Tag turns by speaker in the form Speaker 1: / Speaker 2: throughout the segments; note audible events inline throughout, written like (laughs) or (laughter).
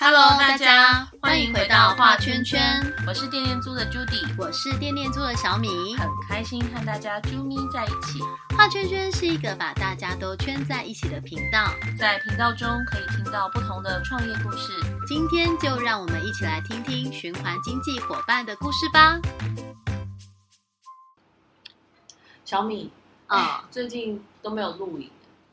Speaker 1: Hello，大家欢迎回到画圈圈，
Speaker 2: 我是店店租的 Judy，
Speaker 1: 我是店店做的小米。
Speaker 2: 很开心和大家啾咪在一起。
Speaker 1: 画圈圈是一个把大家都圈在一起的频道，
Speaker 2: 在频道中可以听到不同的创业故事。
Speaker 1: 今天就让我们一起来听听循环经济伙伴的故事吧。
Speaker 2: 小米，哎
Speaker 1: 啊、
Speaker 2: 最近都没有录影。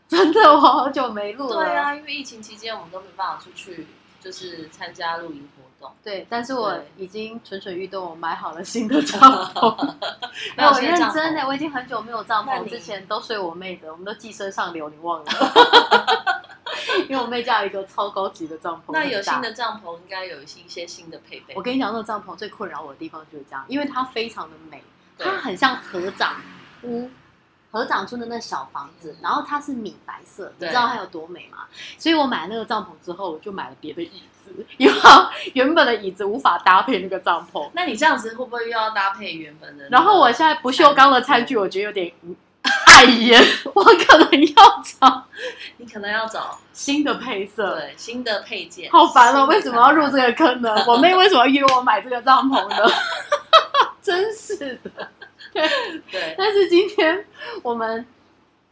Speaker 1: 真的，我好久没录了。
Speaker 2: 对啊，因为疫情期间我们都没办法出去，就是参加露营活动。
Speaker 1: 对，但是我
Speaker 2: 对
Speaker 1: 已经蠢蠢欲动，我买好了新的帐篷。 (laughs) 没有，我
Speaker 2: 现
Speaker 1: 认
Speaker 2: 在帐篷
Speaker 1: 真的，我已经很久没有帐
Speaker 2: 那
Speaker 1: 篷，
Speaker 2: 你
Speaker 1: 之前都睡我妹的，我们都寄身上流，你忘 (laughs) 了？因为我妹家有一个超高级的帐篷，
Speaker 2: 那有
Speaker 1: 很大
Speaker 2: 新的帐篷，应该有一些新的配备
Speaker 1: 我。跟你讲，那个帐篷最困扰我的地方就是这样，因为它非常的美，
Speaker 2: 对嗯
Speaker 1: 它很像合掌屋，合掌村的那小房子，然后它是米白色，你
Speaker 2: 对
Speaker 1: 知道它有多美吗？所以我买那个帐篷之后，我就买了别的椅子， (laughs) 因为它原本的椅子无法搭配那个帐篷。
Speaker 2: 那你这样子会不会又要搭配原本的那个？
Speaker 1: 然后我现在不锈钢的餐具，我觉得有点 (laughs) 碍眼，我可能要找
Speaker 2: 你可能要找
Speaker 1: 新的配色。
Speaker 2: 对新的配件。
Speaker 1: 好烦哦！
Speaker 2: 新的
Speaker 1: 为什么要入
Speaker 2: 帐
Speaker 1: 这个
Speaker 2: (laughs)
Speaker 1: 坑呢？我妹为什么要约我买这个帐篷呢？ (laughs) 真是的。
Speaker 2: 篷？对，
Speaker 1: 但是今天我们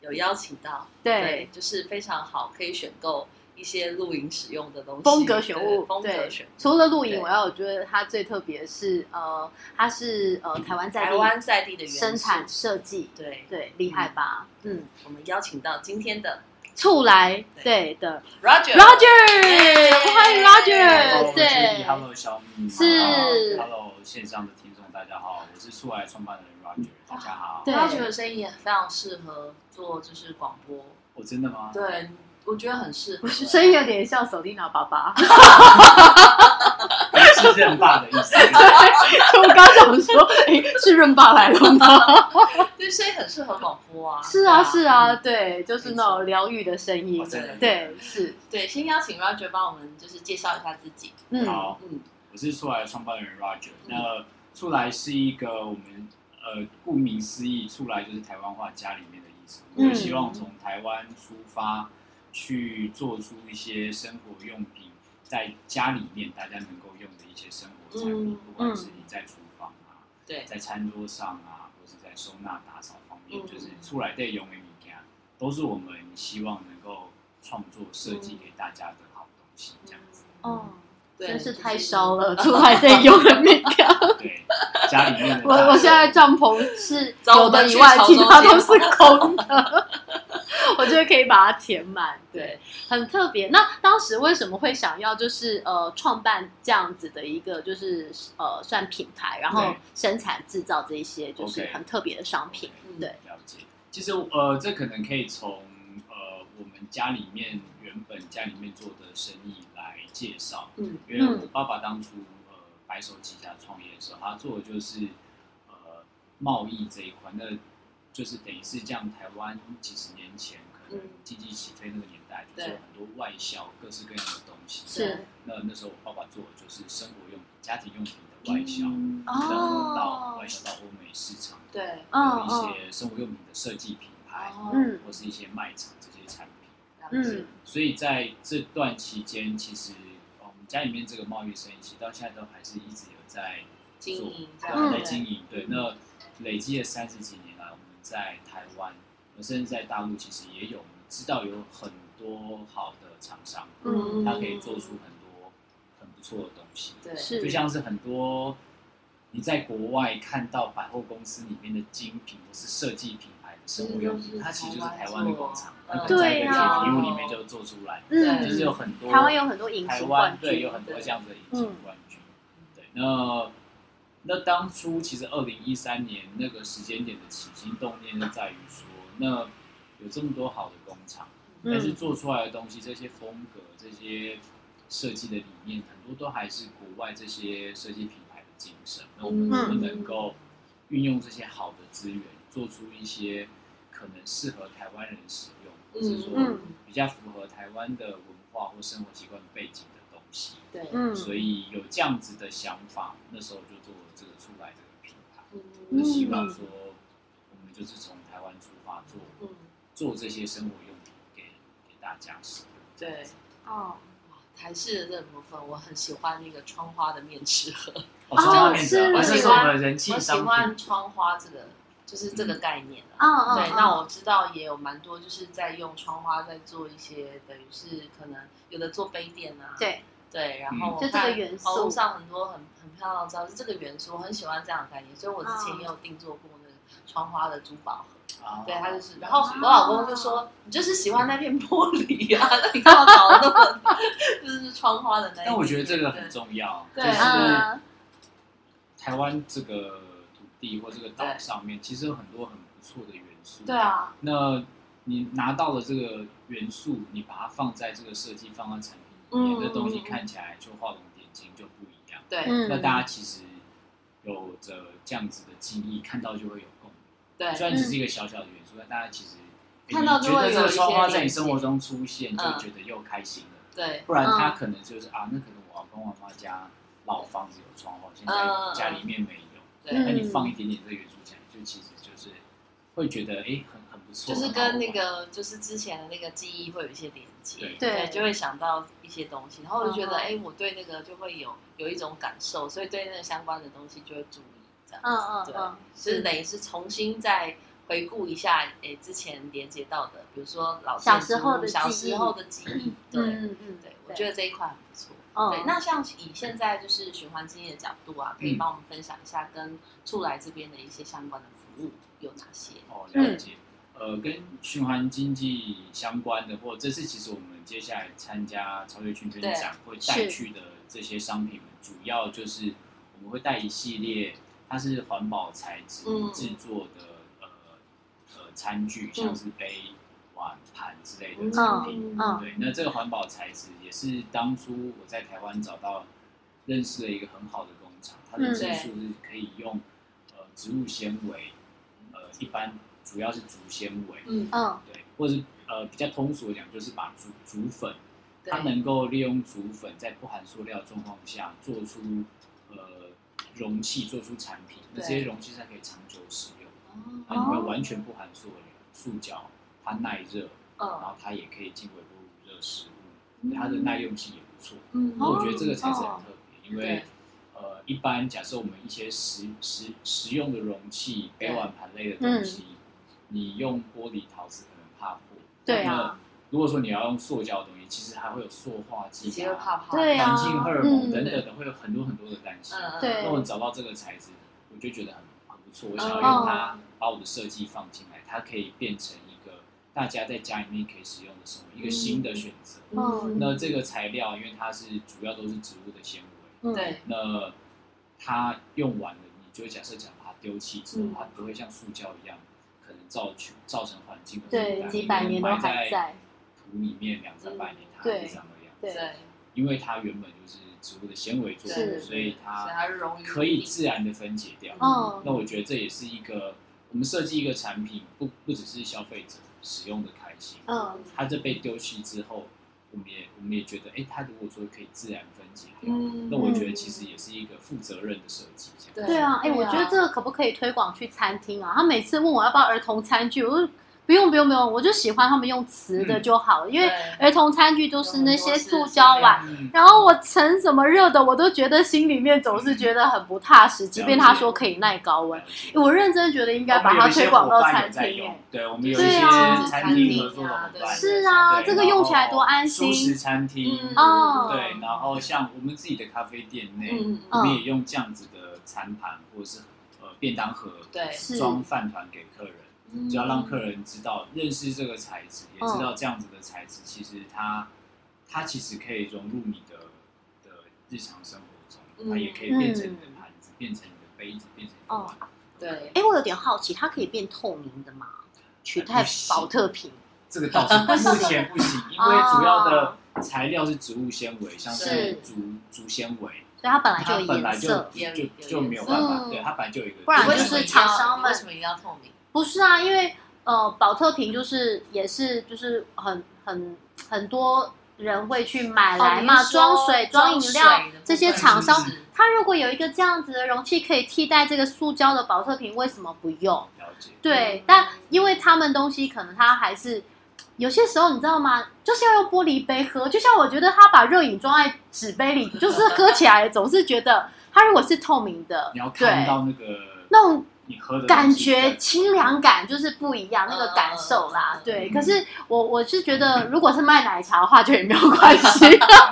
Speaker 2: 有邀请到。
Speaker 1: 对
Speaker 2: 对，就是非常好，可以选购一些露营使用的东西，
Speaker 1: 风格选物
Speaker 2: 对风格
Speaker 1: 对
Speaker 2: 选物。
Speaker 1: 除了露营，
Speaker 2: 对
Speaker 1: 我要我觉得它最特别是呃，它是呃台湾在
Speaker 2: 台
Speaker 1: 地
Speaker 2: 湾在地的元素嗯
Speaker 1: 生产，设计，
Speaker 2: 对，
Speaker 1: 对，厉害吧？嗯，
Speaker 2: 我们邀请到今天的
Speaker 1: 醋来
Speaker 2: 对
Speaker 1: 对的
Speaker 2: Roger。耶
Speaker 1: Roger，欢迎
Speaker 2: Hello，
Speaker 1: Roger，
Speaker 2: 我是
Speaker 1: 对
Speaker 3: Hello，小米。
Speaker 1: 是
Speaker 3: Hello，线上的听众大家好，我是出来创办人 Roger，大家好。
Speaker 1: 对
Speaker 2: Roger 的声音也非常适合做就是广播，
Speaker 3: 我真的吗？
Speaker 2: 对，我觉得很适合。
Speaker 1: 声音有点像手丽娜爸爸，
Speaker 3: 是任爸的意思。
Speaker 1: 就我刚想说，哎，是润爸来
Speaker 2: (laughs)
Speaker 1: 了吗？
Speaker 2: 对，声音很适合广播啊。哦
Speaker 1: 是啊，
Speaker 2: 对
Speaker 1: 是啊，对，就是那种疗愈的声音
Speaker 3: 我，真的
Speaker 1: 对，是，
Speaker 2: 对，先邀请 Roger 帮我们就是介绍一下自己。
Speaker 1: 嗯，
Speaker 3: 好，
Speaker 2: 嗯，
Speaker 3: 我是出来创办人 Roger。那出来是一个我们呃，顾名思义，出来就是台湾话家里面的意思。
Speaker 1: 嗯
Speaker 3: 我希望从台湾出发，去做出一些生活用品，在家里面大家能够用的一些生活产品
Speaker 2: 嗯，
Speaker 3: 不管是你在厨房啊。
Speaker 2: 对，
Speaker 3: 在餐桌上啊，或是在收纳打扫方面，
Speaker 2: 嗯
Speaker 3: 就是出来的用的物件，都是我们希望能够创作设
Speaker 1: 嗯
Speaker 3: 计给大家的好东西，这样子。
Speaker 1: 哦，
Speaker 2: 对
Speaker 1: 真是
Speaker 2: 就
Speaker 1: 太烧了，出来
Speaker 2: (laughs)
Speaker 1: 再用的面条。
Speaker 3: 对，家里面的
Speaker 1: 嗯 (laughs) 我
Speaker 3: 大小
Speaker 1: 我现在帐篷是有的以外，
Speaker 2: 找我
Speaker 1: 其
Speaker 2: 们去
Speaker 1: 他
Speaker 3: 啊
Speaker 1: 都是空的。我觉得可以把它填满，
Speaker 2: 对，
Speaker 1: 很特别。那当时为什么会想要就是呃创办这样子的一个就是呃算品牌，然后
Speaker 3: 对
Speaker 1: 生产制造这一些就是很特别的商品？
Speaker 2: 嗯
Speaker 1: 对，
Speaker 3: 了解。其实呃，这可能可以从呃我们家里面原本家里面做的生意来介绍。
Speaker 2: 嗯，
Speaker 3: 因为我爸爸当初呃白手起家创业的时候，他做的就是呃贸易这一块，那就是等于是这样。台湾几十年前可能
Speaker 2: 嗯
Speaker 3: 经济起飞那个年代，就是
Speaker 2: 对
Speaker 3: 有很多外销各式各样的东西。
Speaker 1: 是
Speaker 3: 那那时候我爸爸做的就是生活用品、家庭用品的外销，
Speaker 2: 嗯
Speaker 3: 然后
Speaker 1: 哦
Speaker 3: 到外销到欧美市场，
Speaker 2: 对，
Speaker 1: 嗯
Speaker 3: 有
Speaker 2: 哦
Speaker 3: 一些生活用品的设计品牌，
Speaker 1: 嗯
Speaker 3: 或是一些卖场这些产品。
Speaker 1: 嗯
Speaker 2: 嗯，
Speaker 3: 所以在这段期间，其实呃我们家里面这个贸易生意，其实到现在都还是一直有在
Speaker 2: 经
Speaker 3: 做
Speaker 2: 营这
Speaker 3: 对
Speaker 2: 样
Speaker 3: 还
Speaker 2: 子
Speaker 3: 在经营。对，
Speaker 2: 嗯
Speaker 3: 那累积了三十几年来，我们在台湾，甚至在大陆，其实也有我们知道有很多好的厂商，
Speaker 1: 嗯
Speaker 3: 它可以做出很多很不错的东西。
Speaker 2: 对，
Speaker 1: 是
Speaker 3: 就像是很多你在国外看到百货公司里面的精品或是设计品牌的生活用
Speaker 2: 嗯
Speaker 3: 品，它其实就是台湾的工厂，它
Speaker 2: 嗯
Speaker 3: 可能在一
Speaker 1: 对
Speaker 3: 个
Speaker 1: 啊
Speaker 3: 铁皮屋里面就做出来，
Speaker 1: 嗯
Speaker 3: 就是有很多
Speaker 1: 台湾有很多隐
Speaker 3: 台
Speaker 1: 形
Speaker 3: 湾
Speaker 1: 冠
Speaker 3: 对
Speaker 1: 军
Speaker 3: 有，很多这样子的隐形冠军。对，那那当初其实二零一三年那个时间点的起心动念就在于说，那有这么多好的工厂。但是
Speaker 1: 嗯
Speaker 3: 做出来的东西，这些风格、这些设计的理念，很多都还是国外这些设计品牌的精神。那我
Speaker 1: 嗯
Speaker 3: 们能不能够运用这些好的资源，做出一些可能适合台湾人使用，或是说
Speaker 1: 嗯
Speaker 3: 比较符合台湾的文化或生活习惯背景的东西？
Speaker 2: 对，
Speaker 1: 嗯
Speaker 3: 所以有这样子的想法，那时候就做这个出来这个品牌，
Speaker 2: 嗯
Speaker 3: 就希望说我们就是从台湾出发做。
Speaker 2: 嗯，
Speaker 3: 做这些生活用品给给大家使用。
Speaker 2: 对，
Speaker 1: 哦，
Speaker 2: 台式的这个部分，我很喜欢那个窗花的面食盒，
Speaker 3: 哦，是
Speaker 1: 哦
Speaker 3: 这面子啊，
Speaker 1: 是
Speaker 3: 哦这是我们的人气
Speaker 2: 我喜
Speaker 3: 商品
Speaker 2: 欢。窗花这个，就是这个概念啊。
Speaker 1: 嗯嗯，
Speaker 2: 对，
Speaker 1: 嗯
Speaker 2: 那我知道也有蛮多，就是在用窗花在做一些，等于是可能有的做杯垫啊，
Speaker 1: 对
Speaker 2: 对，然后
Speaker 3: 嗯
Speaker 2: 我
Speaker 1: 就这
Speaker 2: 看
Speaker 1: 个元素
Speaker 2: 网络上很多很很漂亮的照片，这个元素我很喜欢这样的概念，所以我之前
Speaker 1: 嗯
Speaker 2: 也有定做过那个窗花的珠宝盒，
Speaker 3: 啊
Speaker 2: 对，它就是，然后
Speaker 1: 嗯
Speaker 2: 我老公就说你就是喜欢那片玻璃啊，那你干嘛搞那么 (laughs) 就是窗花的那一片？
Speaker 3: 但我觉得这个
Speaker 2: 对
Speaker 3: 很重要，就
Speaker 2: 对
Speaker 3: 是
Speaker 1: 嗯
Speaker 3: 台湾这个土地或这个岛上面，其实有很多很不错的元素。
Speaker 1: 对，啊，
Speaker 3: 那你拿到了这个元素，你把它放在这个设计放到产品里面，
Speaker 2: 嗯
Speaker 3: 这东西
Speaker 2: 嗯嗯
Speaker 3: 看起来就画龙点睛，就不一样。
Speaker 2: 对
Speaker 1: 嗯，
Speaker 3: 那大家其实有着这样子的记忆，看到就会有共鸣。
Speaker 2: 对
Speaker 3: 虽然只是一个小小的元素，但大家其实诶
Speaker 2: 看到
Speaker 3: 你
Speaker 2: 就
Speaker 3: 觉
Speaker 2: 会
Speaker 3: 得这
Speaker 2: 有
Speaker 3: 个
Speaker 2: 一些
Speaker 3: 窗花在你
Speaker 2: 连接
Speaker 3: 生活中出现，就
Speaker 2: 嗯
Speaker 3: 觉得又开心了。
Speaker 2: 对，
Speaker 3: 不然他可能就是啊，那可能我跟我妈家老房子有窗户，现
Speaker 2: 嗯
Speaker 3: 在家里面没有，
Speaker 2: 对
Speaker 3: 那
Speaker 1: 嗯
Speaker 3: 你放一点点这个元素进来，就其实就是会觉得哎，很很不错，
Speaker 2: 就是
Speaker 3: 很好玩
Speaker 2: 跟那个就是之前的那个记忆会有一些连接
Speaker 3: 对，
Speaker 1: 对
Speaker 2: 就会想到一些东西，然后我就觉得
Speaker 1: 嗯
Speaker 2: 哎、诶我对那个就会有有一种感受，所以对那个相关的东西就会注意这样子，
Speaker 1: 嗯嗯
Speaker 2: 对，
Speaker 1: 嗯，
Speaker 2: 就是等于是重新再回顾一下哎、诶之前连接到的，比如说老
Speaker 1: 小
Speaker 2: 建
Speaker 1: 时
Speaker 2: 筑
Speaker 1: 候
Speaker 2: 物
Speaker 1: 的
Speaker 2: 小
Speaker 1: 记忆
Speaker 2: 时候的记
Speaker 1: (clears throat)
Speaker 2: 忆，对、
Speaker 1: 嗯嗯，
Speaker 2: 对，我觉得这一块很不错。
Speaker 1: 得
Speaker 2: 对，那像以现在就是循环经济的角度啊，可
Speaker 1: 嗯
Speaker 2: 以帮我们分享一下跟处来这边的一些相关的服务有哪些？
Speaker 3: 哦，了解。呃，跟循环经济相关的，或这次其实我们接下来参加超越圈圈展会带
Speaker 1: 是
Speaker 3: 去的这些商品们，主要就是我们会带一系列，它是环保材质
Speaker 2: 嗯
Speaker 3: 制作的、呃呃餐具，像是杯、碗、盘之类的
Speaker 2: 嗯
Speaker 3: 产品。
Speaker 1: 嗯
Speaker 3: 对，那这个环保材质也是当初我在台湾找到认识了一个很好的工厂，它的
Speaker 1: 嗯
Speaker 3: 技术是可以用呃植物纤维，呃一般主要是竹纤维，
Speaker 2: 嗯，
Speaker 1: 嗯
Speaker 3: 对，或是呃比较通俗的讲就是把竹竹粉，
Speaker 2: 对
Speaker 3: 它能够利用竹粉在不含塑料的状况下做出呃容器，做出产品，那这些
Speaker 2: 对
Speaker 3: 容器才可以长久使用，那你
Speaker 2: 哦
Speaker 3: 会完全不含塑料塑胶，它耐热。然
Speaker 2: 嗯
Speaker 3: 后它也可以进微波炉热食物，对它的耐用性也不错。
Speaker 2: 嗯
Speaker 3: 那
Speaker 1: 嗯哦
Speaker 3: 我觉得这个材质很特别，因为
Speaker 2: 对
Speaker 3: 呃，一般假设我们一些食食食用的容器、
Speaker 2: 对
Speaker 3: 杯碗盘类的东西，
Speaker 1: 嗯
Speaker 3: 你用玻璃、陶瓷可能怕破。
Speaker 1: 对啊。
Speaker 3: 如果说你要用塑胶的东西，其实还会有塑化
Speaker 2: 直
Speaker 3: 剂
Speaker 2: 接会
Speaker 3: 啊、
Speaker 2: 怕怕，
Speaker 1: 对啊
Speaker 3: 环境荷尔蒙
Speaker 1: 嗯
Speaker 3: 等等的，会有很多很多的担心。
Speaker 2: 嗯，嗯
Speaker 1: 对哦
Speaker 3: 那我找到这个材质，我就觉得很很不错。我想要用它把我的设计放进来，它可以变成一个大家在家里面可以使用的生活，一个新的选择。
Speaker 1: 嗯
Speaker 3: 那这个材料，因为它是主要都是植物的纤维，
Speaker 1: 嗯，
Speaker 2: 对，
Speaker 3: 那它用完了，你就假设讲把它丢弃之后
Speaker 1: 嗯，
Speaker 3: 它不会像塑胶一样，可能造成造成环境的负
Speaker 1: 对，
Speaker 3: 担
Speaker 1: 几百年都还
Speaker 3: 埋在
Speaker 1: 在，嗯
Speaker 3: 土里面两三百年，它还
Speaker 1: 对
Speaker 3: 是长那样。
Speaker 1: 对
Speaker 2: 对，
Speaker 3: 因为它原本就是植物的纤维做
Speaker 1: 是啊
Speaker 3: 的，所以它
Speaker 2: 所以它容易
Speaker 3: 可以自然的分解掉。
Speaker 1: 嗯
Speaker 3: 那我觉得这也是一个我们设计一个产品，不不只是消费者使用的开心，
Speaker 1: 嗯
Speaker 3: 它这被丢弃之后，我们也我们也觉得，哎，它如果说可以自然分解掉，
Speaker 2: 嗯
Speaker 3: 那我觉得其实也是一个负责任的设计。这样
Speaker 1: 对啊，哎，我觉得这个可不可以推广去餐厅啊？他每次问我要不要儿童餐具，我就不用不用不用，我就喜欢他们用瓷的就好了，因为
Speaker 2: 对
Speaker 1: 儿童餐具就是那些塑胶碗。
Speaker 3: 嗯
Speaker 1: 然后我盛什么热的，我都觉得心里面总是觉得很不踏实。即便他说可以耐高温，我认真觉得应该把它推广到餐厅、哎，。
Speaker 3: 对，我们有一
Speaker 1: 对
Speaker 3: 些
Speaker 1: 啊
Speaker 3: 餐厅合作的伙伴，
Speaker 1: 是啊，
Speaker 3: 对
Speaker 1: 这个用起来多安
Speaker 3: 舒适
Speaker 1: 心。
Speaker 3: 餐厅，
Speaker 2: 嗯
Speaker 1: 哦
Speaker 3: 对，然后像我们自己的咖啡店内，
Speaker 2: 嗯嗯
Speaker 3: 我
Speaker 1: 嗯
Speaker 3: 们也用这样子的餐盘或者是呃便当盒，
Speaker 2: 对
Speaker 1: 是
Speaker 3: 装饭团给客人，
Speaker 2: 嗯，
Speaker 3: 就要让客人知道认识这个材质，也知
Speaker 1: 嗯
Speaker 3: 道这样子的材质其实它它其实可以融入你的的日常生活中，
Speaker 2: 嗯
Speaker 3: 它也可以变成你
Speaker 1: 嗯
Speaker 3: 的盘子，变成你的杯子，变成你的
Speaker 1: 哦
Speaker 3: 碗。
Speaker 2: 对，
Speaker 1: 哎，我有点好奇，它可以变透明的吗？取
Speaker 3: 呃
Speaker 1: 代保特瓶？
Speaker 3: 这个倒是目前不行，因为主要的材料是植物纤维，像
Speaker 1: 是
Speaker 3: 是竹竹纤维，
Speaker 1: 所以它本来就
Speaker 3: 它
Speaker 1: 有
Speaker 3: 本来
Speaker 1: 颜
Speaker 3: 就
Speaker 1: 色。
Speaker 2: 有
Speaker 3: 就
Speaker 2: 颜色
Speaker 3: 就没有办法，
Speaker 1: 嗯
Speaker 3: 对它本来就有一个，
Speaker 1: 不然
Speaker 2: 为
Speaker 1: 就
Speaker 2: 什么
Speaker 1: 是
Speaker 2: 一定要
Speaker 1: 厂商们
Speaker 2: 为什么一定要透明？
Speaker 1: 不是啊，因为呃，保特瓶就是也是就是很很很多人会去买来嘛，
Speaker 2: 哦你是说
Speaker 1: 装水、装饮料
Speaker 2: 装水的部分
Speaker 1: 这些厂商
Speaker 2: 是不是
Speaker 1: 它如果有一个这样子的容器可以替代这个塑胶的保特瓶，为什么不用？
Speaker 3: 了解，
Speaker 1: 对
Speaker 2: 嗯，
Speaker 1: 但因为他们东西可能它还是有些时候你知道吗？就是要用玻璃杯喝，就像我觉得他把热饮装在纸杯里，就是喝起来总是觉得它如果是透明的
Speaker 3: 你要，看
Speaker 1: 对，
Speaker 3: 到那个
Speaker 1: 那种
Speaker 3: 你喝的
Speaker 1: 感
Speaker 3: 东西
Speaker 1: 觉
Speaker 3: 在
Speaker 1: 清凉感就是不一样，那个感受啦
Speaker 2: 嗯，
Speaker 1: 对。
Speaker 3: 嗯
Speaker 1: 可是我我是觉得，如果是卖奶茶的话，就也没有关
Speaker 3: (laughs)
Speaker 1: 系。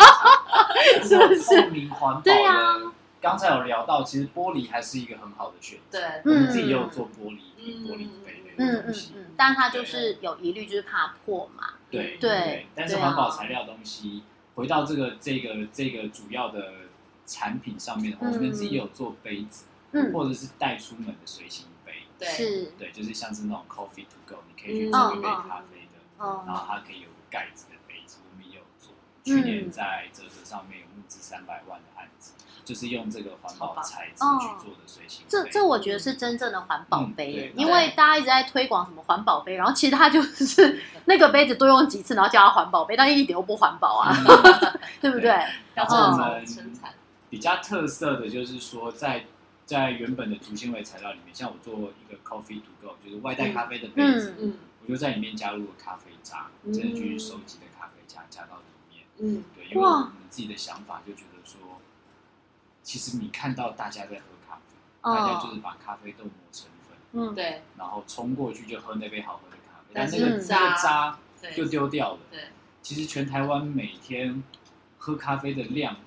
Speaker 1: (laughs) 是不是
Speaker 3: 透明环保？
Speaker 1: 对啊，
Speaker 3: 刚才有聊到，其实玻璃还是一个很好的选择。
Speaker 2: 对，
Speaker 3: 我们自己
Speaker 1: 嗯
Speaker 3: 也有做玻璃瓶、玻璃杯类
Speaker 1: 嗯
Speaker 3: 的东
Speaker 1: 嗯
Speaker 3: 西。
Speaker 1: 嗯，但它就是有疑虑，就是怕破嘛。
Speaker 3: 对
Speaker 1: 对
Speaker 3: 但是
Speaker 1: 对啊
Speaker 3: 环保材料的东西，回到这个这个这个主要的产品上面的话，
Speaker 1: 嗯
Speaker 3: 我们自己有做杯子，
Speaker 1: 嗯，
Speaker 3: 或者是带出门的随行杯。
Speaker 2: 对
Speaker 1: 是，
Speaker 3: 对，就是像是那种 coffee to go，你可以去
Speaker 2: 嗯
Speaker 3: 做一杯
Speaker 1: 嗯嗯
Speaker 3: 咖啡的，然
Speaker 1: 嗯
Speaker 3: 后它可以有盖子的杯子，我们也有做。去年
Speaker 1: 嗯
Speaker 3: 在泽泽上面有募资三百万的案子，就是用这个环保材质去做的随行杯。
Speaker 1: 嗯这 (laughs) 这我觉得是真正的环保杯耶，
Speaker 3: 嗯对
Speaker 1: 因为大家一直在推广什么环保杯，然后其实它就是 (laughs) 那个杯子多用几次，然后叫它环保杯，但一点都不环保啊，
Speaker 3: 嗯
Speaker 1: 对不对？
Speaker 2: 要
Speaker 1: 嗯
Speaker 2: 创造生产，
Speaker 3: 比较特色的就是说在。在原本的竹纤维材料里面，像我做一个 coffee to go，就是外带咖啡的杯子，
Speaker 1: 嗯
Speaker 2: 嗯
Speaker 3: 我就在里面加入了咖啡渣，
Speaker 2: 嗯
Speaker 3: 真的去收集的咖啡渣加到里面。
Speaker 2: 嗯
Speaker 3: 对，因为
Speaker 1: 哇
Speaker 3: 我们自己的想法就觉得说，其实你看到大家在喝咖啡，
Speaker 1: 哦
Speaker 3: 大家就是把咖啡豆磨成粉，
Speaker 1: 嗯，
Speaker 2: 对
Speaker 3: 然后冲过去就喝那杯好喝的咖啡，
Speaker 2: 但
Speaker 3: 但
Speaker 2: 是
Speaker 3: 那个
Speaker 1: 嗯
Speaker 3: 那个渣
Speaker 2: 对
Speaker 3: 就丢掉了。
Speaker 2: 对，
Speaker 3: 其实全台湾每天喝咖啡的量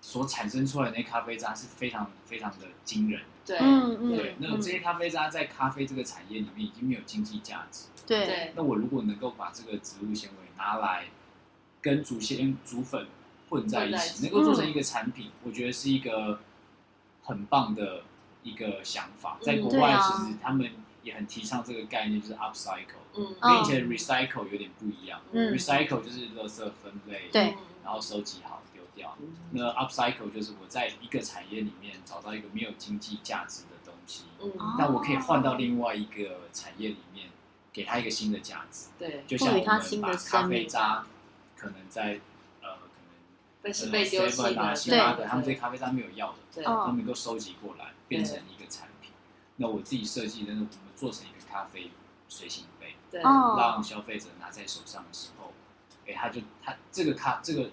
Speaker 3: 所产生出来的那咖啡渣是非常非常的惊人。
Speaker 2: 对
Speaker 1: 嗯
Speaker 3: 对
Speaker 1: 嗯，，
Speaker 3: 那
Speaker 1: 嗯
Speaker 3: 这些咖啡渣在咖啡这个产业里面已经没有经济价值。
Speaker 1: 对，
Speaker 2: 对
Speaker 3: 那我如果能够把这个植物纤维拿来跟竹纤竹粉混在一
Speaker 2: 混在一
Speaker 3: 起，
Speaker 2: 起
Speaker 3: 能够做成一个产品，我觉得是一个很棒的一个想法。
Speaker 2: 嗯
Speaker 3: 在国
Speaker 1: 对
Speaker 3: 外，
Speaker 1: 啊
Speaker 3: 其实他们也很提倡这个概念，就是 upcycle，
Speaker 2: 嗯
Speaker 3: 跟以
Speaker 1: 哦
Speaker 3: 前 recycle 有点不一样。
Speaker 1: 嗯
Speaker 3: recycle 就是垃圾分类，
Speaker 1: 对
Speaker 3: 然后收集好丢掉。
Speaker 2: 嗯
Speaker 3: 那 upcycle 就是我在一个产业里面找到一个没有经济价值的东西，
Speaker 1: 哦
Speaker 2: 嗯
Speaker 3: 那我可以换到另外一个产业里面，给它一个新的价值。
Speaker 2: 对，
Speaker 3: 就像我
Speaker 1: 赋予它
Speaker 3: 们
Speaker 1: 新
Speaker 3: 把
Speaker 1: 的
Speaker 3: 咖
Speaker 1: 生
Speaker 3: 啡
Speaker 1: 命
Speaker 3: 渣可能在呃
Speaker 2: 被
Speaker 3: 可
Speaker 2: 是
Speaker 3: 能
Speaker 2: 被丢弃
Speaker 3: 7-Eleven 啊、
Speaker 2: 的，
Speaker 3: 星巴克，他们这些咖啡渣没有要的，
Speaker 2: 对
Speaker 1: 哦
Speaker 3: 他们能够收集过来变成一个产品。那我自己设计的，我们做成一个咖啡随行杯，
Speaker 2: 对
Speaker 1: 哦，
Speaker 3: 让消费者拿在手上的时候，哎，他就他这个咖这个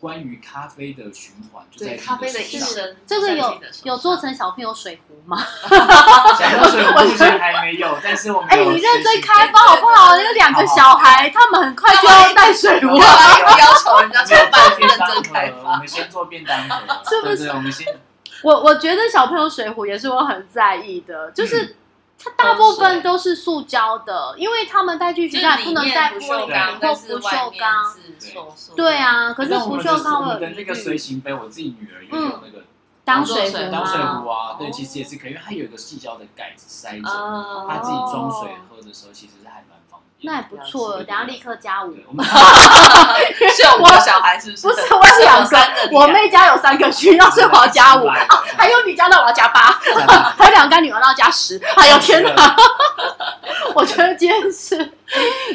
Speaker 3: 关于咖啡的循环就在
Speaker 2: 对咖啡的一
Speaker 3: 意识。
Speaker 2: 生，
Speaker 1: 这个有有做成小朋友水壶吗？
Speaker 3: 想到水壶目前还没有，但是我们
Speaker 1: 哎，
Speaker 3: 有
Speaker 1: 你认
Speaker 3: 随
Speaker 1: 真
Speaker 3: 行
Speaker 1: 开
Speaker 3: 杯
Speaker 1: 发好不好？有两个小孩，他们很快就要带水
Speaker 3: 我
Speaker 1: 壶啊
Speaker 2: 我
Speaker 1: 了。
Speaker 2: 要要求人家
Speaker 3: 没有
Speaker 2: 怎
Speaker 3: 办
Speaker 2: 办
Speaker 3: 便
Speaker 2: 认
Speaker 3: 当
Speaker 2: 真
Speaker 3: 盒
Speaker 2: 开
Speaker 3: 我
Speaker 2: 发，
Speaker 3: 们先做便当盒，
Speaker 1: (laughs) 是不是
Speaker 3: 对对我们先
Speaker 1: 我我觉得小朋友水壶也是我很在意的，就是
Speaker 3: 嗯
Speaker 1: 它大部分都是塑胶的，因为他们带去学校也不能带玻璃
Speaker 2: 缸
Speaker 1: 瓶或不锈钢。，对
Speaker 2: 对，
Speaker 1: 啊，可是
Speaker 3: 那我
Speaker 1: 不
Speaker 3: 们
Speaker 1: 锈
Speaker 3: 的我
Speaker 1: 钢
Speaker 3: 们
Speaker 1: 会
Speaker 3: 的
Speaker 1: 有
Speaker 3: 那
Speaker 1: 疑
Speaker 3: 个随
Speaker 1: 虑。
Speaker 3: 行杯，我自己女儿也有那个
Speaker 1: 当水
Speaker 2: 嗯
Speaker 3: 当水
Speaker 1: 吗？
Speaker 3: 壶啊，对，
Speaker 2: 哦
Speaker 3: 其实也是可以，因为它有一个塑胶的盖子塞
Speaker 1: 哦
Speaker 3: 着，
Speaker 2: 啊
Speaker 3: 她自己装水喝的时候其实是还蛮方便。
Speaker 1: 那也不错，等下立刻加五
Speaker 3: 对，。 (laughs) 我们
Speaker 2: (laughs) 是有五个小孩是不是？
Speaker 1: 不是，我有两
Speaker 2: 三个
Speaker 1: 个，，我妹家有三个需 (laughs) 要，所以我要加五。
Speaker 3: 啊来
Speaker 1: 还有你家那我要加八，
Speaker 3: 来
Speaker 1: 还有两个女儿那要加十。哎呦天哪！我觉得今天是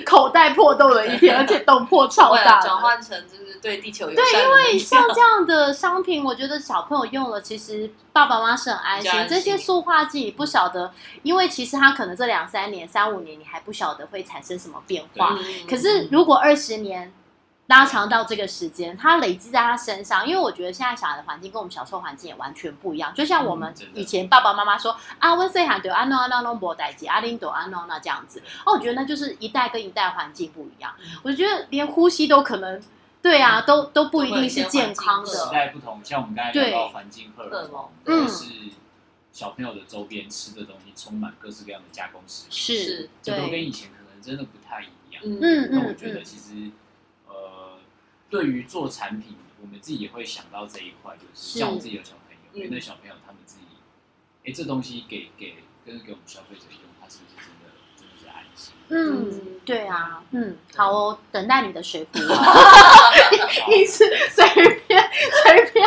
Speaker 1: 口袋破洞的一天，而且洞破超
Speaker 2: 为了
Speaker 1: 大的。
Speaker 2: 转换成就是对地球友
Speaker 1: 对，
Speaker 2: 善的
Speaker 1: 因
Speaker 2: 能
Speaker 1: 为
Speaker 2: 力，
Speaker 1: 像这样的商品，我觉得小朋友用了，其实爸爸妈妈是很安心
Speaker 2: 比较。安
Speaker 1: 这
Speaker 2: 心
Speaker 1: 些塑化剂不晓得，因为其实它可能这两三年、三五年你还不晓得会产生什么变化。
Speaker 2: 嗯
Speaker 1: 可是如果二十年拉长到这个时间，它累积在他身上，因为我觉得现在小孩的环境跟我们小时候环境也完全不一样。就像我们
Speaker 3: 嗯真的
Speaker 1: 以前爸爸妈妈说啊，温岁喊对安诺安诺诺博代吉，阿林朵安诺那这样子，哦，我觉得那就是一代跟一代环境不一样
Speaker 2: 嗯。
Speaker 1: 我觉得连呼吸都可能，对啊，都都不一定是健康
Speaker 2: 都有一些环境
Speaker 3: 时
Speaker 1: 的。
Speaker 3: 代不同，像我们刚才聊到环境荷尔蒙，
Speaker 1: 对
Speaker 3: 或者是小朋友的周边吃的东西充满各式各样的加工食品，
Speaker 1: 是
Speaker 2: 是，
Speaker 3: 这都
Speaker 1: 对，
Speaker 3: 跟以前可能真的不太一样。
Speaker 1: 嗯
Speaker 3: 那我
Speaker 1: 嗯
Speaker 3: 觉得
Speaker 1: 嗯，
Speaker 3: 其实，呃，对于做产品，我们自己也会想到这一块，就是
Speaker 1: 是
Speaker 3: 像我自己有小朋友，因为
Speaker 2: 嗯
Speaker 3: 那小朋友他们自己，哎，这东西给给跟给我们消费者用，他是不是真的真的是安
Speaker 1: (laughs)
Speaker 3: 心？
Speaker 1: 嗯。对啊，嗯，好哦，等待你的水壶， (laughs) 一
Speaker 3: 好
Speaker 1: 直随便随便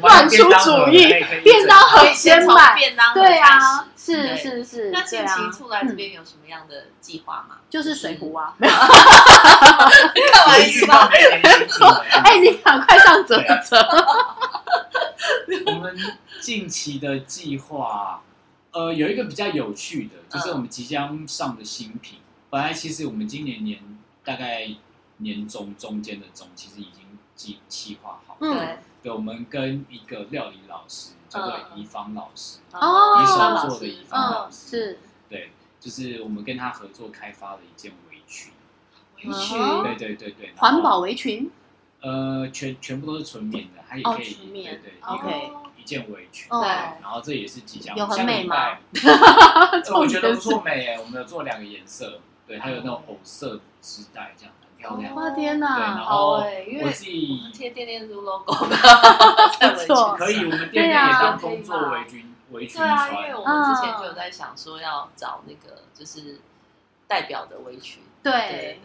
Speaker 3: 哇
Speaker 1: 乱出主意，便当
Speaker 2: 可
Speaker 1: 盒
Speaker 2: 以先
Speaker 1: 先
Speaker 2: 从
Speaker 1: 买，
Speaker 2: 便当盒
Speaker 1: 对啊
Speaker 2: 开，始
Speaker 1: 是
Speaker 2: 对
Speaker 1: 是是，
Speaker 2: 那近
Speaker 1: 对
Speaker 2: 期
Speaker 1: 啊
Speaker 2: 出来这边有什么样的计划吗？
Speaker 1: 就是水壶啊。
Speaker 2: 干嘛一直把
Speaker 1: (laughs) 哎，你赶快上泽泽。
Speaker 3: (laughs) 我们近期的计划，呃，有一个比较有趣的，就是我们即将上的新品。本来其实我们今年年大概年中中间的中，其实已经计计划好。
Speaker 1: 嗯
Speaker 2: 对，
Speaker 3: 对，我们跟一个料理老师叫做
Speaker 2: 嗯
Speaker 3: 怡芳老师，
Speaker 1: 哦
Speaker 3: 一
Speaker 1: 芳
Speaker 3: 手
Speaker 2: 老
Speaker 3: 做的
Speaker 2: 师
Speaker 3: 怡芳
Speaker 1: 嗯
Speaker 3: 老，师，
Speaker 1: 是，
Speaker 3: 对，就是我们跟他合作开发了一件围裙，
Speaker 2: 围裙
Speaker 1: 嗯
Speaker 3: 对对对对，然后
Speaker 1: 环保围裙，
Speaker 3: 呃，全全部都是纯棉的，它也
Speaker 1: 哦
Speaker 3: 可以，
Speaker 1: 纯棉
Speaker 3: 对对
Speaker 1: ，OK
Speaker 3: 一个一件围裙，
Speaker 1: 哦
Speaker 2: 对
Speaker 3: 然后这也是即将
Speaker 1: 有很
Speaker 3: 下个
Speaker 1: 美
Speaker 3: 礼
Speaker 1: 吗
Speaker 3: 拜呃我觉得不错美耶，我们有做两个颜色，对，还有那种藕色织带这样，很漂亮。
Speaker 1: 哇天啊
Speaker 3: 对，
Speaker 1: 哪
Speaker 3: 然，
Speaker 2: 好
Speaker 3: 后
Speaker 2: 哎因为
Speaker 3: 我自
Speaker 2: 我
Speaker 3: 己
Speaker 2: 们贴电电猪 logo 的，
Speaker 1: 不错
Speaker 3: 可以，我们
Speaker 1: 对
Speaker 3: 店内也
Speaker 1: 啊
Speaker 3: 当
Speaker 2: 可以
Speaker 3: 工作
Speaker 2: 吧
Speaker 3: 围裙围裙
Speaker 2: 对啊，因
Speaker 3: 穿
Speaker 2: 为，我们之前就有在想说要找那个就是代表的围裙，对
Speaker 1: 对，
Speaker 2: 对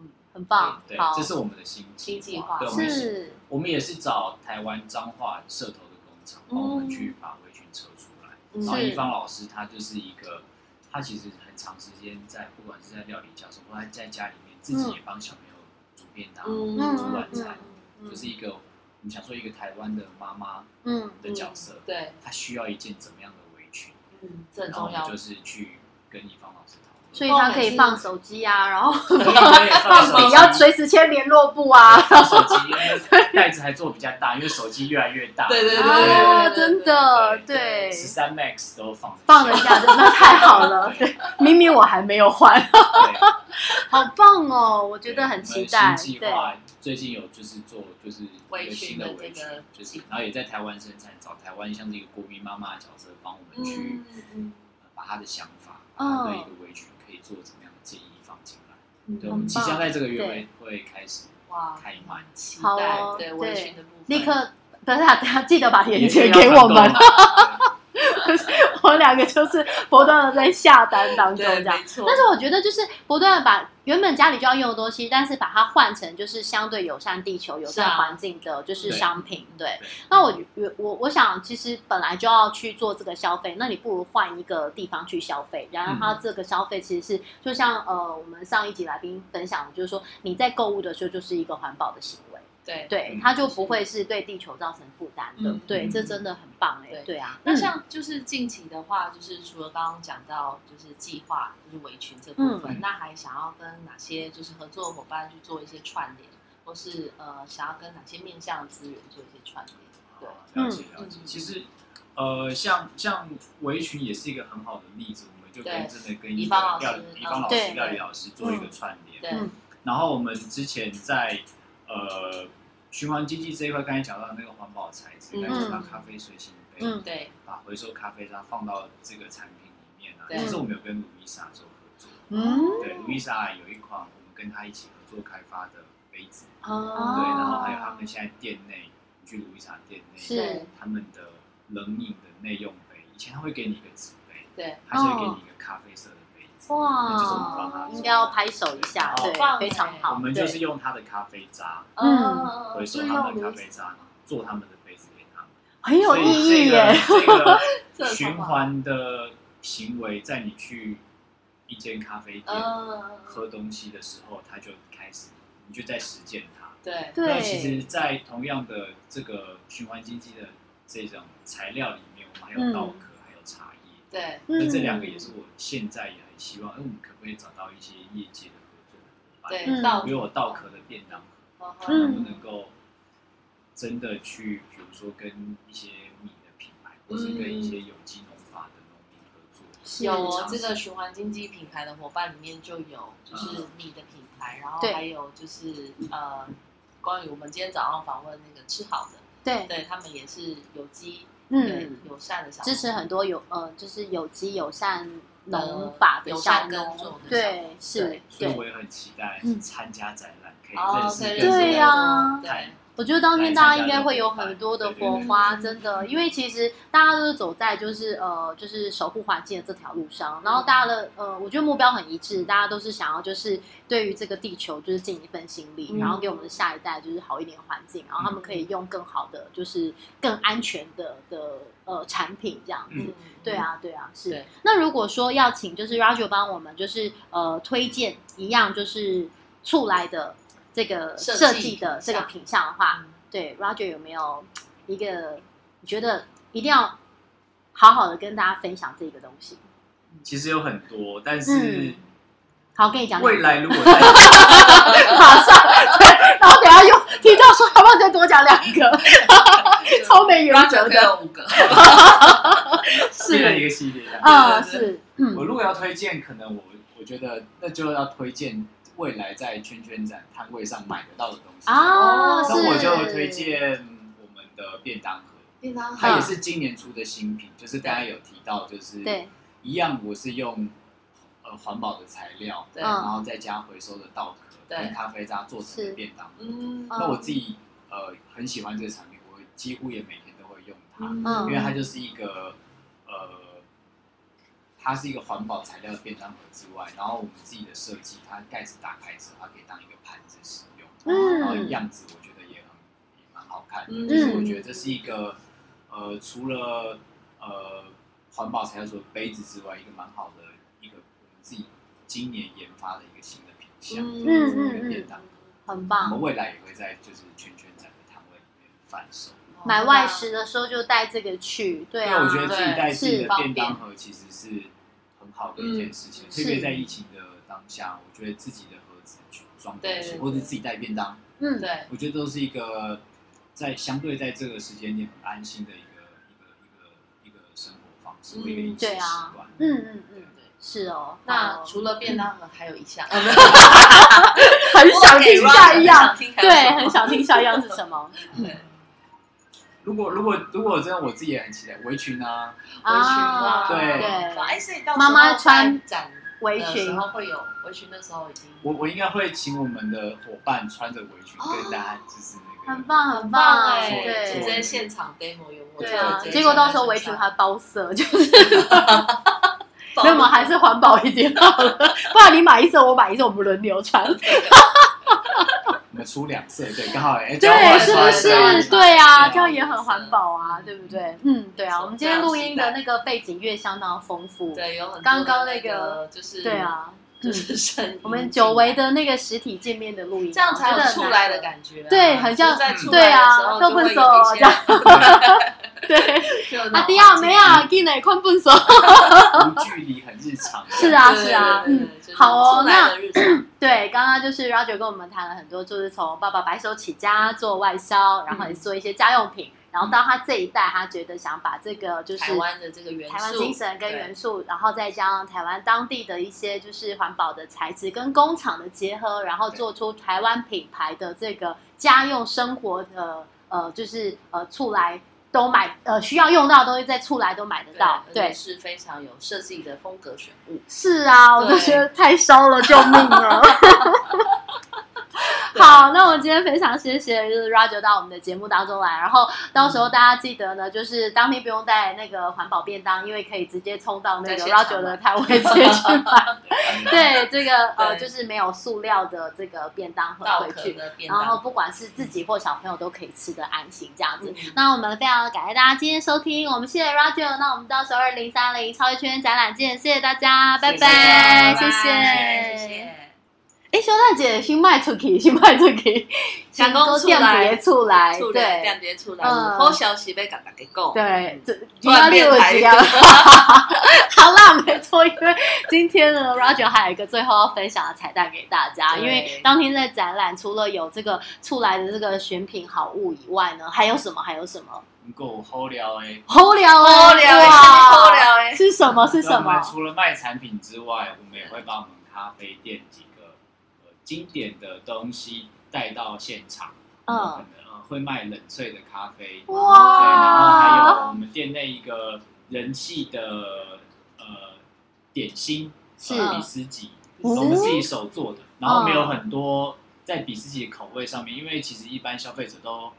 Speaker 2: 嗯，
Speaker 1: 很棒
Speaker 3: 对，，
Speaker 1: 好
Speaker 3: 这，是我们的新
Speaker 2: 新计划
Speaker 3: 划。对，我们是，
Speaker 1: 是，
Speaker 3: 我们也是找台湾彰化社头的工厂帮我们去把围裙扯出来。
Speaker 2: 嗯
Speaker 3: 然后
Speaker 1: 是
Speaker 3: 一方老师他就是一个，他其实很长时间在不管是在料理教授，或者在家里面自
Speaker 1: 嗯
Speaker 3: 己也帮小朋友煮便当、
Speaker 2: 嗯
Speaker 3: 煮晚餐，
Speaker 2: 嗯
Speaker 3: 就是一个你想说一个台湾的妈妈
Speaker 1: 嗯，
Speaker 3: 的角色，
Speaker 2: 对，
Speaker 3: 她需要一件怎么样的围裙，
Speaker 2: 嗯，这很
Speaker 3: 然
Speaker 2: 重
Speaker 3: 后我们
Speaker 2: 要，
Speaker 3: 就是去跟一方老师讨论。
Speaker 1: 所以他可以放手机啊，然后
Speaker 3: 可以可以
Speaker 1: 放
Speaker 3: 手
Speaker 1: 笔
Speaker 3: 机
Speaker 1: 要随时签联络簿啊，
Speaker 3: 放手机，因
Speaker 1: (laughs)
Speaker 3: 为袋子还做比较大，因为手机越来越大。
Speaker 2: 对对对
Speaker 1: 啊，真的，对
Speaker 3: 对，十三 Max 都放
Speaker 1: 放得下，
Speaker 3: 下。
Speaker 1: 真的太好
Speaker 3: (laughs)
Speaker 1: 了，对，明明我还没有还，
Speaker 3: 对
Speaker 1: 好棒哦，我觉得很期待，
Speaker 3: 我们新计
Speaker 1: 对，
Speaker 3: 划最近有就是做就是一
Speaker 2: 微
Speaker 3: 个
Speaker 2: 醺
Speaker 3: 新
Speaker 2: 的
Speaker 3: 的
Speaker 2: 这
Speaker 3: 围裙
Speaker 2: 个，
Speaker 3: 就是然后也在台湾生产，找台湾像是一个国民妈妈的角色，帮我们去
Speaker 2: 嗯
Speaker 3: 呃把她的想法，
Speaker 1: 嗯
Speaker 3: 把她对一个围裙可以做怎么样的建议放进来。
Speaker 2: 嗯
Speaker 3: 对，
Speaker 1: 很
Speaker 3: 我们即将
Speaker 1: 棒
Speaker 3: 在这个月
Speaker 1: 对
Speaker 3: 会会开始
Speaker 2: 哇，
Speaker 3: 开卖，
Speaker 2: 期
Speaker 1: 好
Speaker 2: 待
Speaker 1: 哦
Speaker 2: 对
Speaker 1: 对
Speaker 2: 围裙的部分，
Speaker 1: 立刻。等一下，等一下，记得把链
Speaker 3: 也
Speaker 1: 接
Speaker 3: 是
Speaker 1: 给我们
Speaker 3: 要团。购
Speaker 2: (laughs)
Speaker 1: 我们两个就是不断的在下单当中
Speaker 2: 对，
Speaker 1: 这样。
Speaker 2: 没错，
Speaker 1: 但是我觉得就是不断的把原本家里就要用的东西，但是把它换成就是相对友善地球、友
Speaker 2: 是啊
Speaker 1: 善环境的，就是
Speaker 3: 对
Speaker 1: 商品。对
Speaker 3: 对，
Speaker 1: 那我我我我想，其实本来就要去做这个消费，那你不如换一个地方去消费，然后它
Speaker 2: 嗯
Speaker 1: 这个消费其实是就像呃，我们上一集来宾分享的，就是说你在购物的时候就是一个环保的行为，
Speaker 2: 对
Speaker 1: 对
Speaker 3: 嗯，
Speaker 1: 它就不会是对地球造成负担的
Speaker 2: 嗯。
Speaker 1: 对，
Speaker 3: 嗯
Speaker 1: 这真的很棒哎
Speaker 2: 对，
Speaker 1: 对啊。
Speaker 2: 那
Speaker 1: 嗯
Speaker 2: 像就是近期的话，就是除了刚刚讲到就是计划就是围裙这部分，
Speaker 3: 嗯
Speaker 2: 那还想要跟哪些就是合作伙伴去做一些串联，或是呃想要跟哪些面向资源做一些串联？对，
Speaker 3: 了解
Speaker 2: 嗯
Speaker 3: 了解。其实，呃，像像围裙也是一个很好的例子，我们就
Speaker 2: 对
Speaker 3: 跟真的跟
Speaker 2: 以
Speaker 3: 一个
Speaker 2: 方老
Speaker 3: 料
Speaker 2: 师
Speaker 3: 理方老
Speaker 1: 对
Speaker 3: 师、料理老师做一个串
Speaker 2: 对
Speaker 3: 联。然后我们之前在呃循环经济这一块，刚才讲到那个环保材质，
Speaker 2: 嗯
Speaker 3: 刚才讲到咖啡随行杯，
Speaker 1: 嗯
Speaker 2: 对，
Speaker 3: 把回收咖啡渣放到这个产品里面啊。
Speaker 2: 对
Speaker 3: 其实我们有跟路易莎做合作，
Speaker 1: 嗯
Speaker 3: 对，路易莎有一款我们跟她一起合作开发的杯子，
Speaker 1: 哦
Speaker 2: 嗯
Speaker 3: 对，然后还有他们现在店内，你去路易莎店内
Speaker 1: 是
Speaker 3: 他们的冷饮的内用杯，以前他会给你一个纸杯，
Speaker 2: 对，
Speaker 3: 他现在给你一个咖啡色的杯子。那就是我们帮他
Speaker 1: 哦哇，
Speaker 3: 做
Speaker 1: 应该要拍手一下，
Speaker 3: 好
Speaker 1: 对
Speaker 2: 棒，
Speaker 1: 非常
Speaker 2: 哎
Speaker 1: 好。
Speaker 3: 我们就是
Speaker 1: 对，
Speaker 3: 用他的咖啡渣
Speaker 1: 嗯
Speaker 3: 回收
Speaker 2: 是
Speaker 3: 他
Speaker 2: 用
Speaker 3: 们的
Speaker 2: 炉
Speaker 3: 咖
Speaker 2: 子
Speaker 3: 啡渣，做他们的杯子给他们，
Speaker 1: 很有
Speaker 3: 所以
Speaker 1: 意义
Speaker 3: 这个
Speaker 1: 耶。
Speaker 2: 这
Speaker 1: (laughs)
Speaker 3: 这个
Speaker 2: 很
Speaker 3: 循
Speaker 2: 好玩
Speaker 3: 环的行为，在你去一间咖啡店
Speaker 2: 嗯，
Speaker 3: 喝东西的时候，他就开始，你就在实践它。
Speaker 2: 对，
Speaker 3: 那
Speaker 1: 对，
Speaker 3: 其实，在同样的这个循环经济的这种材料里面，我们还有稻壳，还有茶叶。
Speaker 2: 对，
Speaker 3: 那这两个
Speaker 1: 嗯
Speaker 3: 也是我现在也很希望，哎，我们可不可以找到一些业界的合作伙伴？
Speaker 2: 对，
Speaker 1: 嗯
Speaker 2: 稻
Speaker 3: 比如我稻壳的便当，能不
Speaker 1: 嗯
Speaker 3: 能够真的去，比如说跟一些米的品牌，或是跟一些有机农法的农民合作？
Speaker 1: 嗯是
Speaker 2: 有
Speaker 3: 我
Speaker 2: 哦，这个循环经济品牌的伙伴里面就有，
Speaker 3: 嗯
Speaker 2: 就是你的品牌，然后
Speaker 1: 对
Speaker 2: 还有就是呃，关于我们今天早上访问那个吃好的，
Speaker 1: 对，
Speaker 2: 对他们也是有机、对
Speaker 1: 嗯，
Speaker 2: 友善的小农
Speaker 1: 支持很多有呃，就是有机友善农法的
Speaker 2: 友
Speaker 1: 小
Speaker 2: 善耕
Speaker 1: 农
Speaker 2: 种，的小农
Speaker 1: 对，是
Speaker 2: 对，
Speaker 3: 所以
Speaker 1: 对，
Speaker 3: 我也很期待
Speaker 1: 嗯
Speaker 3: 参加展览，可以认
Speaker 2: 哦，
Speaker 3: 识
Speaker 2: 可以
Speaker 3: 更
Speaker 2: 认识
Speaker 3: 多
Speaker 1: 对啊
Speaker 2: 更
Speaker 1: 呀
Speaker 3: 人
Speaker 2: 多对
Speaker 3: 对
Speaker 1: 我觉得当天大家应该会有很多的火花，真的，因为其实大家都是走在就是呃就是守护环境的这条路上，然后大家的呃，我觉得目标很一致，大家都是想要就是对于这个地球就是尽一份心力，
Speaker 2: 嗯
Speaker 1: 然后给我们的下一代就是好一点的环境，然后他们可以用更好的就是更安全的的呃产品这样子。
Speaker 3: 嗯
Speaker 1: 对，啊，对啊，是
Speaker 2: 对。
Speaker 1: 那如果说要请，就是 Roger 帮我们，就是呃，推荐一样就是促来的这个
Speaker 2: 设计
Speaker 1: 设计的
Speaker 2: 品
Speaker 1: 这个
Speaker 2: 项
Speaker 1: 品相的
Speaker 2: 嗯
Speaker 1: 话，对 Roger 有没有一个你觉得一定要好好的跟大家分享这个东西？
Speaker 3: 其实有很多，但是
Speaker 1: 嗯好，跟你讲， (laughs)
Speaker 4: 未来如果
Speaker 1: 马上对，然后等一下又提到说，要不要再多讲两个？超没原则
Speaker 2: 可以
Speaker 1: 的，
Speaker 2: 有五
Speaker 1: (laughs)
Speaker 2: 个，
Speaker 3: (laughs) 变成一
Speaker 1: 是，
Speaker 3: 个系列。
Speaker 1: 嗯，
Speaker 2: 对对
Speaker 1: 是，嗯，
Speaker 3: 我如果要推荐，可能我我觉得那就要推荐未来在圈圈展摊位上买得到的东西。
Speaker 1: 啊，
Speaker 3: 那
Speaker 1: 是，
Speaker 3: 我就推荐我们的便当盒，
Speaker 2: 便当
Speaker 3: 它也
Speaker 2: 盒，
Speaker 3: 是今年出的新品，就是刚刚有提到，就是
Speaker 1: 对，
Speaker 3: 一样，我是用呃环保的材料，
Speaker 2: 对
Speaker 3: 然后再加回收的稻壳
Speaker 2: 对
Speaker 3: 跟咖啡渣做成
Speaker 1: 是
Speaker 3: 的便当盒。
Speaker 2: 嗯
Speaker 1: 嗯
Speaker 3: 那我自己呃很喜欢这个产品，我几乎也每天都会用它，
Speaker 1: 嗯
Speaker 2: 嗯
Speaker 3: 因为它就是一个呃，它是一个环保材料的便当盒之外，然后我们自己的设计，它盖子打开之后，它可以当一个盘子使用，然后
Speaker 1: 嗯，
Speaker 3: 样子我觉得也很也蛮好看的，
Speaker 2: 嗯
Speaker 3: 就是啊我觉得这是一个呃除了呃环保材料做的杯子之外，一个蛮好的一个我们自己今年研发的一个新的品项，
Speaker 2: 嗯
Speaker 3: 就是这个便当盒。
Speaker 1: 嗯很
Speaker 3: 我
Speaker 1: 棒。
Speaker 3: 们未来也会在就是圈圈展的摊位里面贩售。
Speaker 1: 买外食的时候就带这个去，对
Speaker 3: 因
Speaker 1: 啊，
Speaker 3: 为我觉得自己带自己
Speaker 1: 是
Speaker 3: 的便当盒其实是很好的一件事情，
Speaker 2: 嗯
Speaker 3: 特别
Speaker 1: 是
Speaker 3: 在疫情的当下，我觉得自己的盒子去装东
Speaker 2: 对
Speaker 3: 西，
Speaker 2: 对
Speaker 3: 或者自己带便当，
Speaker 1: 嗯，
Speaker 2: 对，
Speaker 3: 我觉得都是一个在相对在这个时间点很安心的一个一个一个一个生活方式，
Speaker 2: 嗯
Speaker 3: 或一个饮食
Speaker 1: 对
Speaker 3: 习
Speaker 1: 啊
Speaker 3: 惯。
Speaker 1: 嗯嗯嗯，是哦。
Speaker 2: 那
Speaker 1: 好
Speaker 2: 除了便当盒，还有一项，
Speaker 1: 很嗯想听下一样，
Speaker 2: 样，
Speaker 1: 对，很想听下一样是什
Speaker 3: (laughs)
Speaker 1: 么？
Speaker 2: 对
Speaker 3: 如果如果如果真的我自己也很期待围裙啊，
Speaker 2: 围裙啊，
Speaker 3: 对
Speaker 2: 哎，所以到时候
Speaker 1: 妈妈穿
Speaker 2: 在展
Speaker 1: 围
Speaker 2: 的时
Speaker 1: 裙，
Speaker 2: 候会有围裙，那时候已经
Speaker 3: 我我应该会请我们的伙伴穿着围裙跟大家就是那
Speaker 1: 哦很
Speaker 3: 个。
Speaker 1: 棒很棒欸
Speaker 2: 哎，
Speaker 3: 对
Speaker 2: 直
Speaker 1: 对
Speaker 2: 接现场 demo 有我，
Speaker 1: 对啊，
Speaker 2: 直接
Speaker 1: 结果到时候围裙还包色， (laughs) 就是那我们还是环保一点好了， (laughs) 不然你买一色我买一色，我们轮流穿，
Speaker 3: 我们出两色，对，刚好哎，交
Speaker 1: 对，
Speaker 3: 换
Speaker 1: 是
Speaker 3: 穿
Speaker 1: 不
Speaker 3: 这样
Speaker 1: 是？
Speaker 3: 子
Speaker 1: 对啊，
Speaker 2: 对
Speaker 1: 这样也很环保啊，对不对？嗯，对啊，我们今天录音的那个背景乐相当丰富，
Speaker 2: (laughs) 对有很多
Speaker 1: 刚刚
Speaker 2: 那
Speaker 1: 那个
Speaker 2: 就是
Speaker 1: 对，啊，
Speaker 2: 就是声音，
Speaker 1: 我们久违的那个实体见面的录音，
Speaker 2: 这样才有出来的
Speaker 1: 觉。
Speaker 2: 感觉啊，
Speaker 1: 对很像
Speaker 2: 就是在出
Speaker 1: 对
Speaker 2: 来的
Speaker 1: 啊
Speaker 2: 时候就会有一些，
Speaker 1: 都不熟这 (laughs) 样对，
Speaker 2: 对
Speaker 1: 阿迪亚没啊，进来看笨手。
Speaker 3: 无距离，很日常。
Speaker 1: 是
Speaker 2: 对
Speaker 1: 啊
Speaker 2: 对
Speaker 1: 是啊，
Speaker 2: 对对
Speaker 1: 嗯，
Speaker 2: 对就是
Speaker 1: 好哦
Speaker 2: 出来的日常
Speaker 1: 对，刚刚就是 Roger 跟我们谈了很多，就是从爸爸白手起家做外销，然后也做一些家用品，然后到他这一代，他觉得想把这个就是 (laughs)
Speaker 2: 台湾的这个元素，
Speaker 1: 台湾精神跟
Speaker 2: 对
Speaker 1: 元素，然后再加上台湾当地的一些就是环保的材质跟工厂的结合，然后做出台湾品牌的这个家用生活的呃，就是呃醋来都买呃需要用到的东西，在醋来都买得到，
Speaker 2: 而且
Speaker 1: 对，
Speaker 2: 是非常有设计的风格选物。
Speaker 1: 是啊，我都
Speaker 2: 对
Speaker 1: 觉得太烧了，救命
Speaker 2: (laughs)
Speaker 1: 啊！好，那我们今天非常谢谢就是 Roger 到我们的节目当中来，然后到时候大家记得呢，就是当天不用带那个环保便当，因为可以直接冲到那
Speaker 2: 在
Speaker 1: 个
Speaker 2: 现场
Speaker 1: Roger 的摊位直接去
Speaker 2: (laughs)
Speaker 1: 买。对，这个呃
Speaker 2: 对
Speaker 1: 就是没有塑料的这个便当盒
Speaker 2: 稻
Speaker 1: 回
Speaker 2: 壳
Speaker 1: 去，
Speaker 2: 的便
Speaker 1: 然后
Speaker 2: 当，
Speaker 1: 不管是自己或小朋友都可以吃得安心这样子。
Speaker 2: 嗯
Speaker 1: 那我们非常感谢大家今天收听，我们谢谢 Roger，那我们到时候二零三零超越圈展览见，谢谢大家，拜
Speaker 2: 谢谢拜
Speaker 1: 拜，
Speaker 2: 拜
Speaker 1: 谢
Speaker 2: 谢
Speaker 1: 谢。
Speaker 2: 谢。
Speaker 1: 哎，肖大姐新卖出去，新卖出
Speaker 2: (laughs)
Speaker 1: 去，
Speaker 2: 想讲
Speaker 1: 都
Speaker 2: 出来
Speaker 1: 店别出来，
Speaker 2: 出来，
Speaker 1: 对
Speaker 2: 感觉出来，
Speaker 1: 嗯
Speaker 2: 好消息要甲大家讲。
Speaker 1: 对，这
Speaker 2: 啊突然变
Speaker 1: 有
Speaker 2: 台
Speaker 1: 几
Speaker 2: 语
Speaker 1: 样， (laughs) 好啦，没错，因为今天呢，Roger 还有一个最后要分享的彩蛋给大家，
Speaker 2: 对
Speaker 1: 因为当天在展览除了有这个出来的这个选品好物以外呢，还有什么？还有什么？
Speaker 3: 能够好聊哎。
Speaker 1: 好聊哦，
Speaker 2: 好聊
Speaker 1: 哇
Speaker 2: 欸什么好聊欸
Speaker 1: 是什么？是
Speaker 3: 那
Speaker 1: 什
Speaker 3: 我们
Speaker 1: 么？
Speaker 3: 除了卖产品之外，我们也会把我们咖啡店几个呃经典的东西带到现场。
Speaker 1: 嗯
Speaker 3: 我们可能呃会卖冷萃的咖啡，对，然后还有
Speaker 1: 哇
Speaker 3: 我，们店内一个人气的呃点心，
Speaker 1: 是
Speaker 3: 呃比斯吉，
Speaker 1: 哦
Speaker 3: 我们自己手做的，然后我们
Speaker 1: 嗯
Speaker 3: 有很多在比斯吉的口味上面，因为其实一般消费者都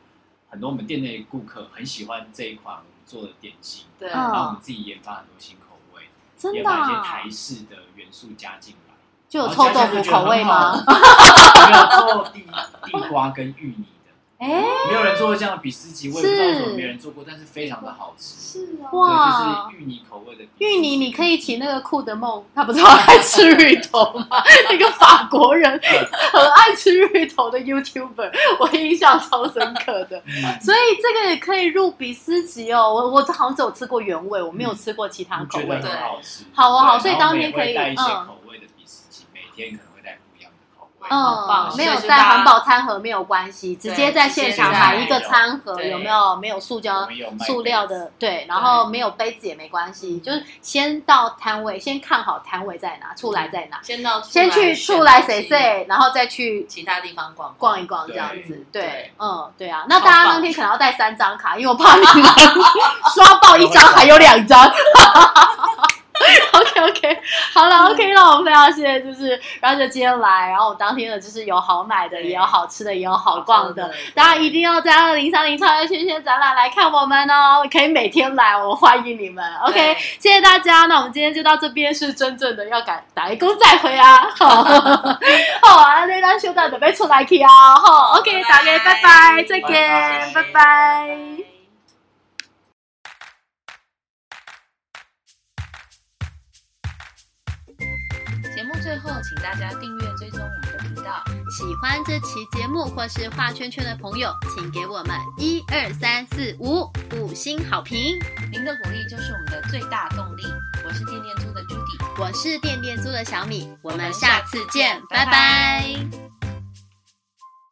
Speaker 3: 很多我们店内的顾客很喜欢这一款我们做的点心，
Speaker 2: 对，
Speaker 1: 嗯
Speaker 3: 然后我们自己研发很多新口味。
Speaker 1: 真
Speaker 3: 也
Speaker 1: 的
Speaker 3: 把一
Speaker 1: 啊
Speaker 3: 些台哦式的元素加进来，
Speaker 1: 就有臭豆腐口味
Speaker 3: (laughs)
Speaker 1: 吗？(laughs)
Speaker 3: 然后加进去就觉得很好？没有做地地瓜跟芋泥的，
Speaker 1: 哎，
Speaker 3: 没有人做过这样的比斯吉，我也不知道为什么没人做过，但是非常的好吃。
Speaker 2: 是啊，
Speaker 1: 哇
Speaker 3: 对，就是芋泥口味的比斯吉
Speaker 1: 芋泥，你可以请那个酷的梦，他不是好爱吃芋头
Speaker 2: (laughs)
Speaker 1: 吗？那个法国人很爱吃芋头的 YouTuber，我印象超深刻的。
Speaker 3: 嗯
Speaker 1: 所以这个也可以入比斯吉哦。我我好像只有吃过原味，我没有吃过其他
Speaker 3: 我
Speaker 1: 口
Speaker 3: 觉
Speaker 1: 味
Speaker 3: 得
Speaker 2: 对。
Speaker 3: 很好吃。
Speaker 1: 好哦好
Speaker 3: 对
Speaker 1: 所以
Speaker 3: 然后
Speaker 1: 当天
Speaker 3: 我
Speaker 1: 可
Speaker 3: 们也会
Speaker 1: 以
Speaker 3: 带一些
Speaker 1: 嗯
Speaker 3: 口味的比斯吉，每天可能会带不一样的口味。
Speaker 2: 环保
Speaker 1: 嗯，没有
Speaker 2: 所以就
Speaker 1: 带
Speaker 2: 大家
Speaker 1: 环保餐盒没有关系，直接在现场买一个餐盒，
Speaker 2: 直接在
Speaker 1: 有没有？没有塑
Speaker 3: 我
Speaker 1: 胶
Speaker 3: 们、有卖
Speaker 1: 塑料的，对，然后没有杯子也没关系，就是先到摊位，先看好摊位在哪，出来在哪，
Speaker 2: 先到处
Speaker 1: 先去
Speaker 2: 选
Speaker 1: 出
Speaker 2: 东
Speaker 1: 来
Speaker 2: 西
Speaker 1: 谁谁，然后再去
Speaker 2: 其他地方逛
Speaker 1: 逛一逛这样子，
Speaker 2: 对
Speaker 1: 对
Speaker 2: 对，
Speaker 1: 嗯，对啊，那大家那天可能要带三张卡， (laughs) 因为我怕你们刷爆一张还有两张。OK OK，好了 OK，那我们非常谢谢，就是然后就今天来，然后我当天的就是有好买的，
Speaker 2: 对
Speaker 1: 也有好吃的，也有好
Speaker 2: 逛
Speaker 1: 逛的，，大家一定要在二零三零超越圈圈展览来看我们哦，可以每天来，我欢迎你们。OK，
Speaker 2: 对
Speaker 1: 谢谢大家，那我们今天就到这边，是真正的要赶打一工再回啊。 (laughs) 好，好啊，那咱小弟准备出来去啊。好，OK，
Speaker 2: 拜拜
Speaker 1: 大家拜拜，再见，
Speaker 3: 拜拜
Speaker 1: 拜拜
Speaker 2: 节目最后，请大家订阅追踪我们的频道。
Speaker 1: 喜欢这期节目或是画圈圈的朋友，请给我们一二三四五五星好评。
Speaker 2: 您的鼓励就是我们的最大动力。我是天天猪的 Judy。
Speaker 1: 我是电电猪的小米，我
Speaker 2: 我
Speaker 1: 们
Speaker 2: 们
Speaker 1: 下
Speaker 2: 下次
Speaker 1: 次见
Speaker 2: 见，
Speaker 1: 拜
Speaker 2: 拜
Speaker 1: 拜
Speaker 2: 拜